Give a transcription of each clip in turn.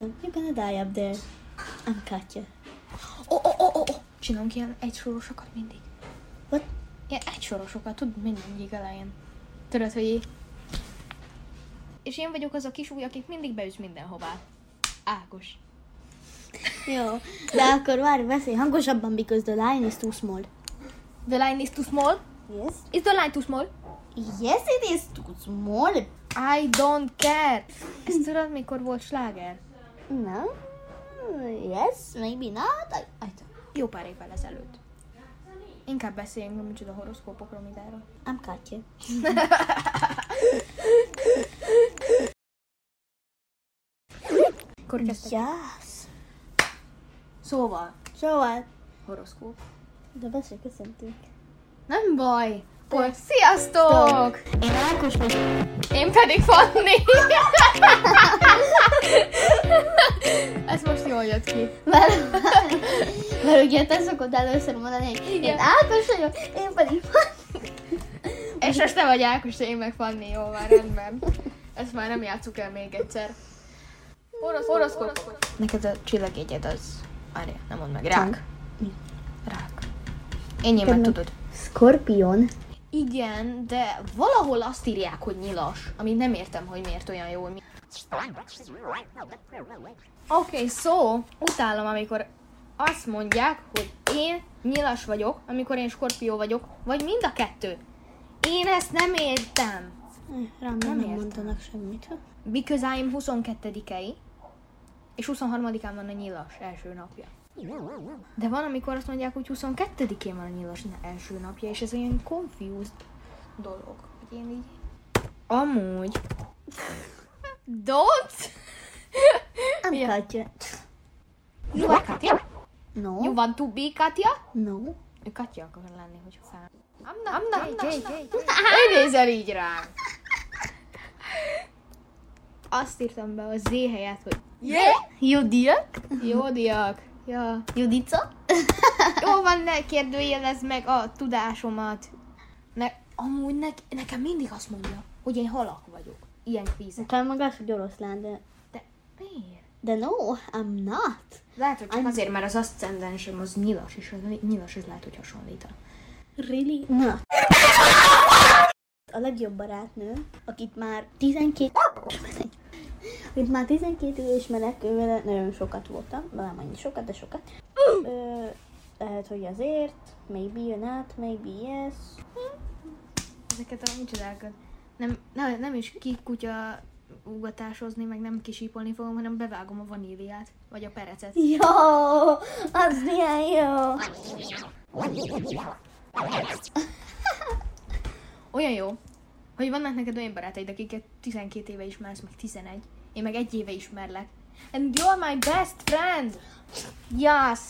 You're gonna die up there. I'm Katya. Ó, ó, ó, ó, ó, csinálunk ilyen egysorosokat mindig. What? Ilyen egysorosokat, tudod, mindig elején. Tudod, hogy így. És én vagyok az a kis új, akit mindig beüt mindenhová. Ákos. Jó, de akkor várj, beszélj hangosabban, because the line is too small. The line is too small. Yes? Is the line too small? Yes, it is too small. I don't care. Ezt tudod, mikor volt sláger? No? Yes, maybe not. I, I don't. Jó pár évvel ezelőtt. Inkább beszéljünk, micsoda horoszkópokról, mindenről. I'm Katya. Akkor kezdtek. Yes. Szóval, Szóval, horoszkóp. de beszélj, köszöntünk. Nem baj. Akkor sziasztok! Én Ákos vagyok. Én pedig Fanni. Ez most jól jött ki. Mert, mert ugye te szoktad először mondani, hogy én Igen. Ákos vagyok, én pedig És most te vagy Ákos, én meg Fanni, jó, már rendben. Ezt már nem játsszuk el még egyszer. Orosz, orosz, Neked a csillagjegyed az... Várja, nem mondd meg. Rák. Mi? Rák. Enyémet Tényleg. tudod. Skorpion. Igen, de valahol azt írják, hogy nyilas, amit nem értem, hogy miért olyan jól. Oké, okay, szó, so, utálom, amikor azt mondják, hogy én nyilas vagyok, amikor én skorpió vagyok, vagy mind a kettő. Én ezt nem értem. Rám nem, Nem nem értem. mondanak semmit. Because I'm 22-ei, és 23-án van a nyilas első napja. De van, amikor azt mondják, hogy 22-én van a nyilas na- első napja, és ez olyan confused dolog, hogy én így... Amúgy... Don't! I'm Ja. Katya. You are hát, Katya? No. You want to be Katya? No. Ő Katya akar lenni, hogyha fel... I'm not, I'm not, I'm not, I'm not. Ő nézel így rám. Azt írtam be a Z helyett, hogy Yeah. Judiak. jó diák. Ja. Judica. Jó van, ne kérdőjelezd meg a tudásomat. Ne, amúgy ne, nekem mindig azt mondja, hogy én halak vagyok. Ilyen kvízek. Te meg az, hogy oroszlán, de... De miért? De no, I'm not. Lehet, hogy csak Annyi- azért, mert az aszcendensem az nyilas, és a nyilas az lehet, hogy hasonlít. a- Really? Not. A legjobb barátnő, akit már 12... akit már 12 éve ismerek, ő vele nagyon sokat voltam. De nem annyi sokat, de sokat. Ö, lehet, hogy azért. Maybe not, maybe yes. Ezeket a micsodákat. Nem, nem, nem is kikutya ugatásozni, meg nem kisípolni fogom, hanem bevágom a vaníliát, vagy a perecet. Jó! Az milyen jó! Olyan jó, hogy vannak neked olyan barátaid, akiket 12 éve ismersz, meg 11. Én meg egy éve ismerlek. And you're my best friend! Yes!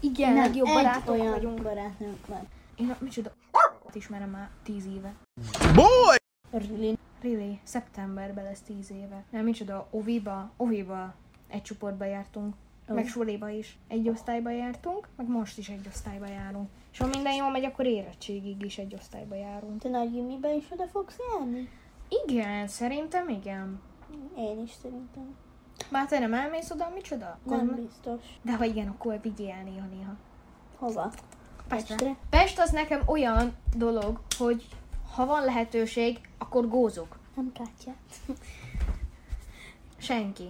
Igen, Nem, legjobb egy barátok olyan vagyunk. barátnőnk van. Én a, micsoda ismerem már 10 éve. Boy! Really? Really, szeptemberben lesz 10 éve. Nem, micsoda, oviba, oviba egy csoportba jártunk. Ó. Meg suliba is. Egy osztályba jártunk, meg most is egy osztályba járunk. És ha minden jól megy, akkor érettségig is egy osztályba járunk. Te nagy gimiben is oda fogsz járni? Igen, szerintem igen. Én is szerintem. Már te nem elmész oda, micsoda? Nem Gond- biztos. De ha igen, akkor vigyél néha-néha. Hova? Pestre. Pest az nekem olyan dolog, hogy ha van lehetőség, akkor gózok. Nem Kátya. Senki.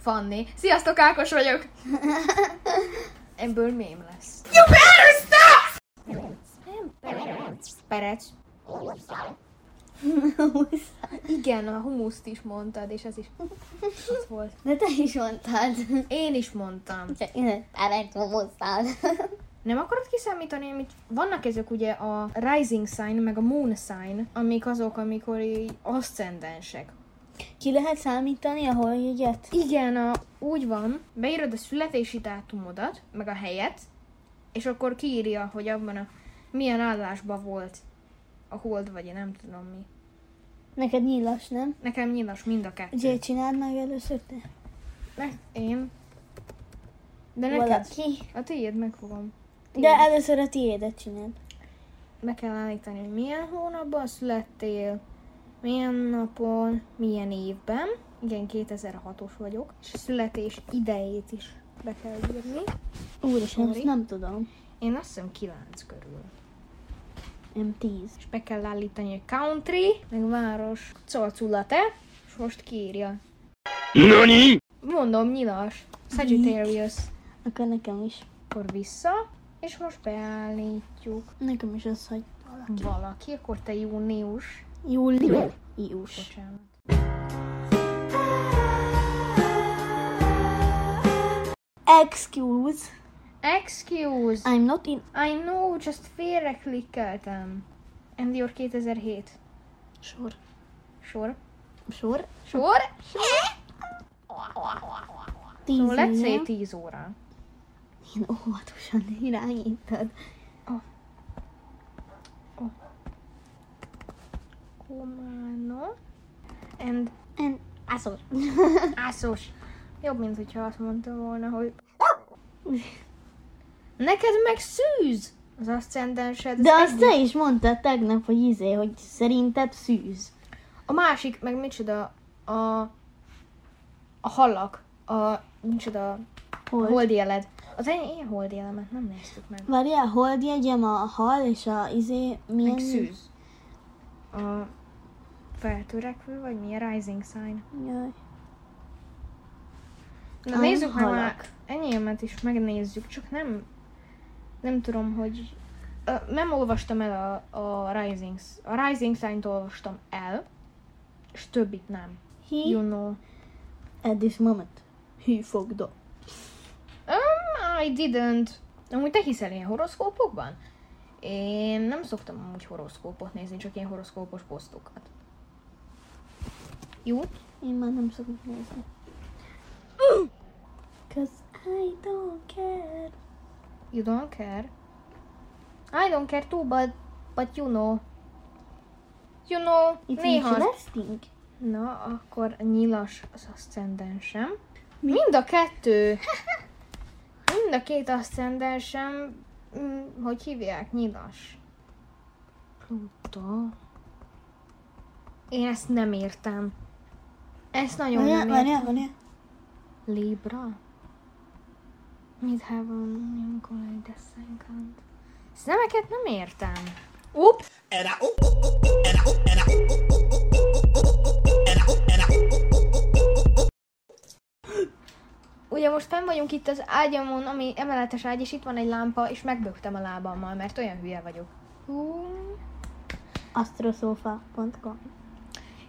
Fanni. Sziasztok, Ákos vagyok! Ebből mém lesz. You better stop! Perec. Igen, a humuszt is mondtad, és ez is az volt. De te is mondtad. Én is mondtam. Árek momosztál. Nem akarod kiszámítani, amit vannak ezek ugye a rising sign, meg a moon sign, amik azok, amikor így aszcendensek. Ki lehet számítani a holhügyet? Igen, a, úgy van, beírod a születési dátumodat, meg a helyet, és akkor kiírja, hogy abban a milyen állásban volt a hold, vagy én nem tudom mi. Neked nyilas, nem? Nekem nyilas mind a kettő. Ugye csináld meg először te? Ne, én. De neked. Valaki. A tiéd megfogom. De először a tiédet csináld. Be kell állítani, hogy milyen hónapban születtél, milyen napon, milyen évben, Igen, 2006-os vagyok, és a születés idejét is be kell írni. Úristen, ezt Ori? nem tudom. Én azt hiszem 9 körül. Nem tíz. És be kell állítani, hogy country, meg város. Colculate, és most kiírja. 何 Mondom, nyilas. Sagittarius. Akkor nekem is. Akkor vissza, és most beállítjuk. Nekem is az, hogy Valaki, akkor te június. július. Bocsánat. Excuse, Excuse! I'm not in... I know, just félre klikkeltem. And your 2007. Sor. Sor. Sor? Sor? Tíz So let's say éve. 10 óra. Én óvatosan irányítod. Komano. And En... Ászor. ászos. Jobb, mint hogyha azt mondta volna, hogy... Neked meg szűz! Az aszcendensed. De az azt te is mondtad tegnap, hogy izé, hogy szerinted szűz. A másik, meg micsoda, a, a halak, a micsoda, Hol? Hol? holdi jeled. Az én, én holdi elemet nem néztük meg. Várjál, hold jegyem a hal és a izé... Milyen... Meg szűz. A feltörekvő, vagy mi a rising sign? Jaj. Na Aha, nézzük meg már, halak. enyémet is megnézzük, csak nem, nem tudom, hogy ö, nem olvastam el a, a Rising, a Rising Sign-t olvastam el, és többit nem. He... You know. At this moment. He fogd up. Um, I didn't. Amúgy te hiszel ilyen horoszkópokban? Én nem szoktam amúgy horoszkópot nézni, csak ilyen horoszkópos posztokat. Jó? Én már nem szokok nézni. Cause I don't care. You don't care? I don't care too, but, but you know. You know, It's néha... interesting. Na, akkor a nyilas az aszcendensem. Mind a kettő! Mind a két aszcendensem, mm, hogy hívják, nyilas. Pluto. Én ezt nem értem. Ezt nagyon Várjál, nem értem. várjál, várjál. Libra? Midheaven, Jankolai, Deszenkant. Szemeket nem értem. Upp! Ugye most fenn vagyunk itt az ágyamon, ami emeletes ágy, és itt van egy lámpa, és megbögtem a lábammal, mert olyan hülye vagyok. Hú. Astrosofa.com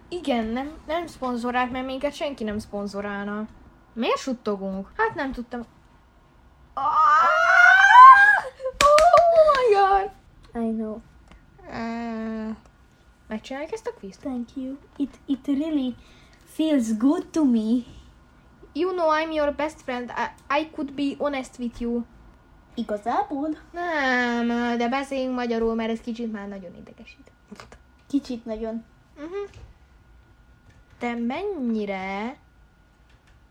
Igen, nem, nem szponzorálják, mert minket senki nem szponzorálna. Miért suttogunk? Hát nem tudtam. Ah! Oh my god! I know. Uh, megcsináljuk ezt a quizt? Thank you. It, it really feels good to me. You know I'm your best friend. I, I could be honest with you. Igazából Nem, de beszéljünk magyarul, mert ez kicsit már nagyon idegesít. kicsit nagyon. Uh-huh. Te mennyire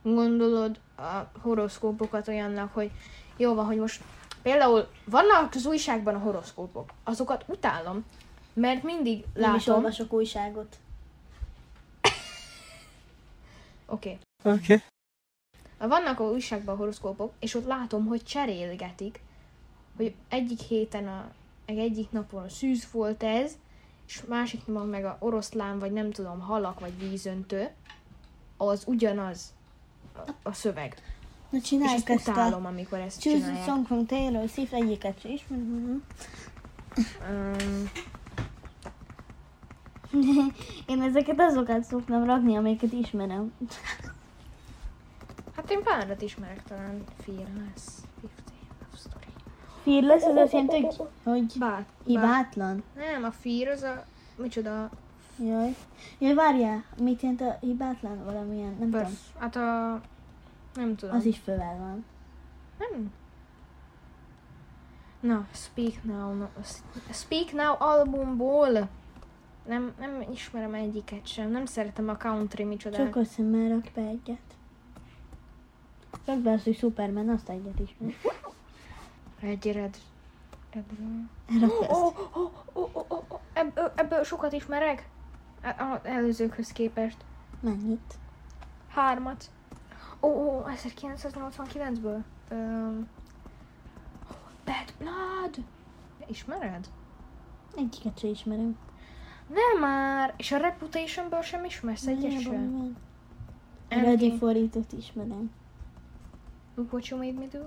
gondolod a horoszkópokat olyannak, hogy jó van, hogy most például vannak az újságban a horoszkópok, azokat utálom, mert mindig Nem is látom. Oké. olvasok újságot. Okay. Okay. Vannak a újságban horoszkópok, és ott látom, hogy cserélgetik, hogy egyik héten, a, meg egyik napon a szűz volt ez, és másik napon meg a oroszlán, vagy nem tudom, halak, vagy vízöntő, az ugyanaz a, a szöveg. Na és csináljuk ezt ezt a... utálom, amikor ezt Choose a csinálják. song from Taylor Swift egyiket se ismerem. Öm, Én ezeket azokat szoktam rakni, amiket ismerem. hát én párat ismerek talán, Fearless, 50 Love Story. Fearless az azt jelenti, hogy, hogy Bát, bát. hibátlan. Nem, a Fear az a, micsoda, Jaj. Jaj, várjál, mit jelent a hibátlan valamilyen, nem tudom. Perf, hát a, nem tudom. Az is fövel van. Nem. Na, Speak Now, no, Speak Now albumból. Nem, nem ismerem egyiket sem, nem szeretem a country micsodát. Csak azt hiszem, rak be egyet. Csak be azt, hogy Superman, azt egyet is. Egy red. Ebből. Rak be azt. Oh, oh, oh, oh, oh, oh. Ebb, ebből sokat ismerek. A- A előzőkhöz képest. Mennyit? Hármat. Ó, ó 1989-ből. Um, Bad Blood. Ismered? Egyiket sem ismerem. Nem már! És a Reputationből sem ismersz egyet sem. Valójában van. Endgame. Ready for it ismerem. Look what you made me do.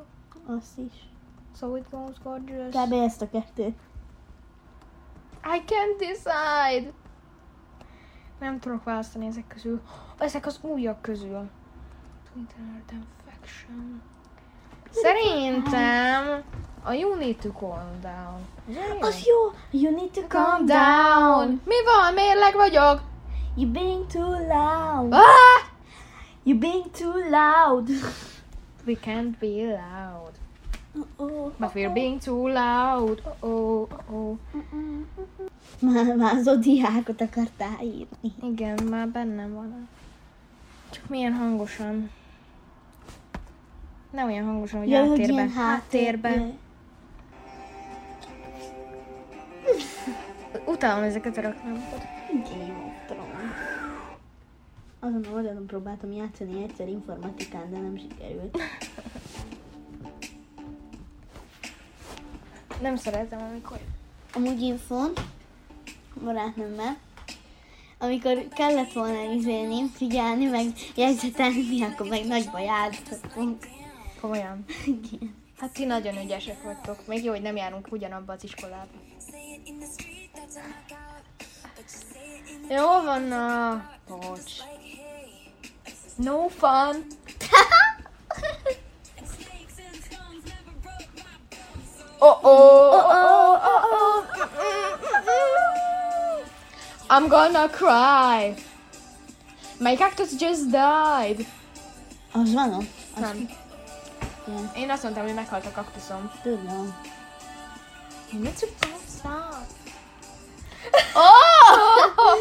Azt is. So it goes gorgeous. Kb. ezt a kettőt. I can't decide! Nem tudok választani ezek közül. Ezek az újak közül. Twitter Infection. Szerintem a You Need to Calm Down. Az olyan jó? Az jó! You need to Calm down! Mi van? Mérleg vagyok! You being too loud! Ah! You being too loud! We can't be loud. Oh, But we're being too loud. Oh, oh, oh. Már, már zodiákot akartál írni. Igen, már bennem van. Csak milyen hangosan. Nem olyan hangosan, hogy Jaj, hogy háttérben. ilyen háttérben. Utálom ezeket a raknámokat. Game of Thrones. Azon a oldalon próbáltam játszani egyszer informatikán, de nem sikerült. Nem szeretem, amikor... Amúgy infon, barátnőmmel, amikor kellett volna izélni, figyelni, meg jegyzetelni, akkor meg nagy baj állítottunk. Komolyan. Hát ti nagyon ügyesek vagytok. Még jó, hogy nem járunk ugyanabba az iskolába. Jó van, na. Bocs. No fun. Oh, oh, oh, oh, oh, oh. I'm gonna cry. My cactus just died. Az van ott? Az Nem. Igen. Én azt mondtam, hogy meghalt a kaktuszom. Tudom. Mit Oh!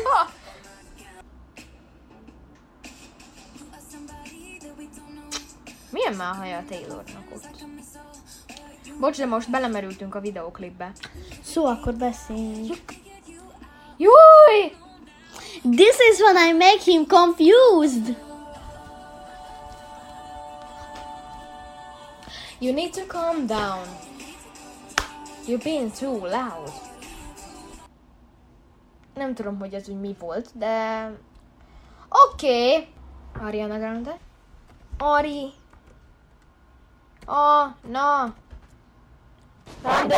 Milyen már haja a Taylornak ott? Bocs, de most belemerültünk a videóklipbe. Szó, akkor beszéljünk. Júj! This is when I make him confused. You need to calm down. You're being too loud. Nem tudom, hogy ez úgy mi volt, de... Oké! Okay. Ariana Grande? Ari... A... Na... Grande...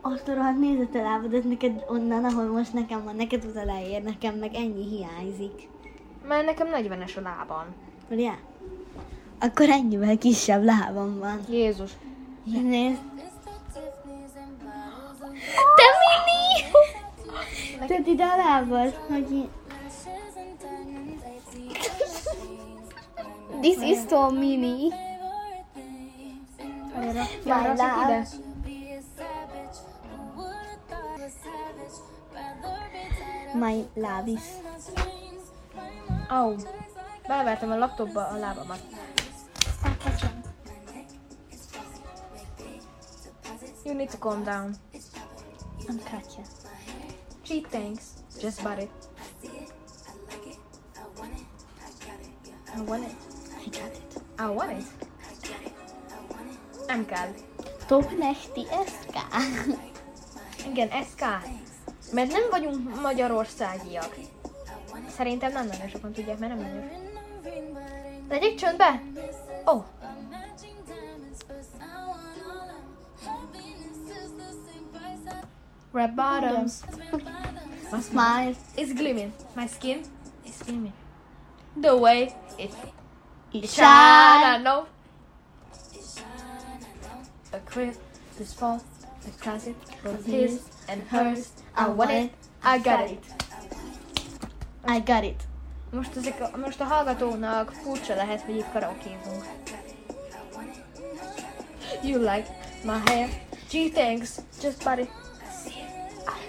Azt a rohadt nézett a lábadat neked onnan, ahol most nekem van, neked oda leér, nekem meg ennyi hiányzik. Mert nekem 40-es a lábam. Ugye? Akkor ennyivel kisebb lábam van. Jézus. Nézd. Te mini! Tudod ide a lábad, hogy í- This is so mini. Arra, Jaj, láb. ide. My love is. Au. Belevertem a laptopba a lábamat. You need to calm down. I'm Katya. Gee, thanks. Just bought it. I want it. I got it. I want it. Nem kell. Top nehti eszká. Igen, SK. Mert nem vagyunk magyarországiak. Szerintem nem nagyon sokan tudják, mert nem nagyon. Legyek csöndbe! Ó, oh, red bottoms. My Smile. is gleaming. My skin is gleaming. The way it Shine. I know. A crib, this fall, the closet, both his and hers. I want it, I got it. I got it. Most, ezek, a- most a hallgatónak furcsa lehet, hogy itt karaokézunk. You like my hair? Gee, thanks. Just buddy. I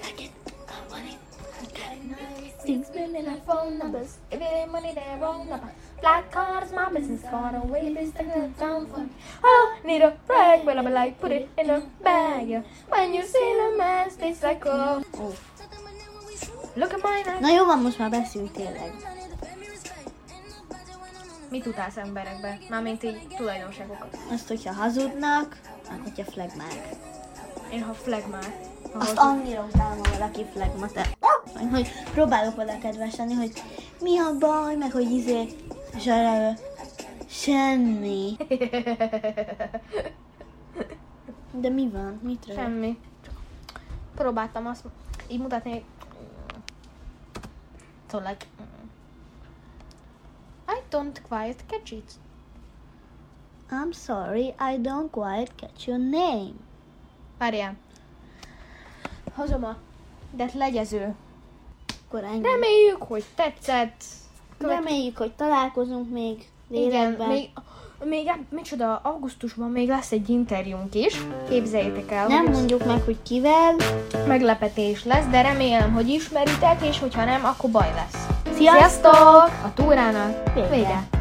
like it. I want it. Things million and phone numbers. If it ain't money, they wrong number. Black card is my business card. A way this thing is down for me. Oh, need a rag, but I'm like, put it in a bag. yeah. When you see the mess, they cycle. Oh. Ó. Look at mine. Na jó van, most már beszélj tényleg. Mit utálsz emberekben? Mármint így tulajdonságokat. Azt, hogyha hazudnak, meg hogyha flegmák. Én ha flagmár. Ha Azt hazudok- annyira utálom, ha valaki flagma, te. Meg Hogy próbálok vele kedves lenni, hogy mi a baj, meg hogy izé, és arra ő, semmi. De mi van? Mit röhög? Semmi. Próbáltam azt így mutatni, hogy... So like... mm, I don't quite catch it. I'm sorry, I don't quite catch your name. Várjál. Hozom a... De legyező. Akkor ennyi. Reméljük, hogy tetszett. Követ- Reméljük, hogy találkozunk még Igen, lélekben. még, még, micsoda, augusztusban még lesz egy interjúnk is. Képzeljétek el, Nem hogy ez mondjuk meg, hogy kivel. meglepetés lesz, de remélem, hogy ismeritek, és hogyha nem, akkor baj lesz. Sziasztok! A túrának vége. Vége.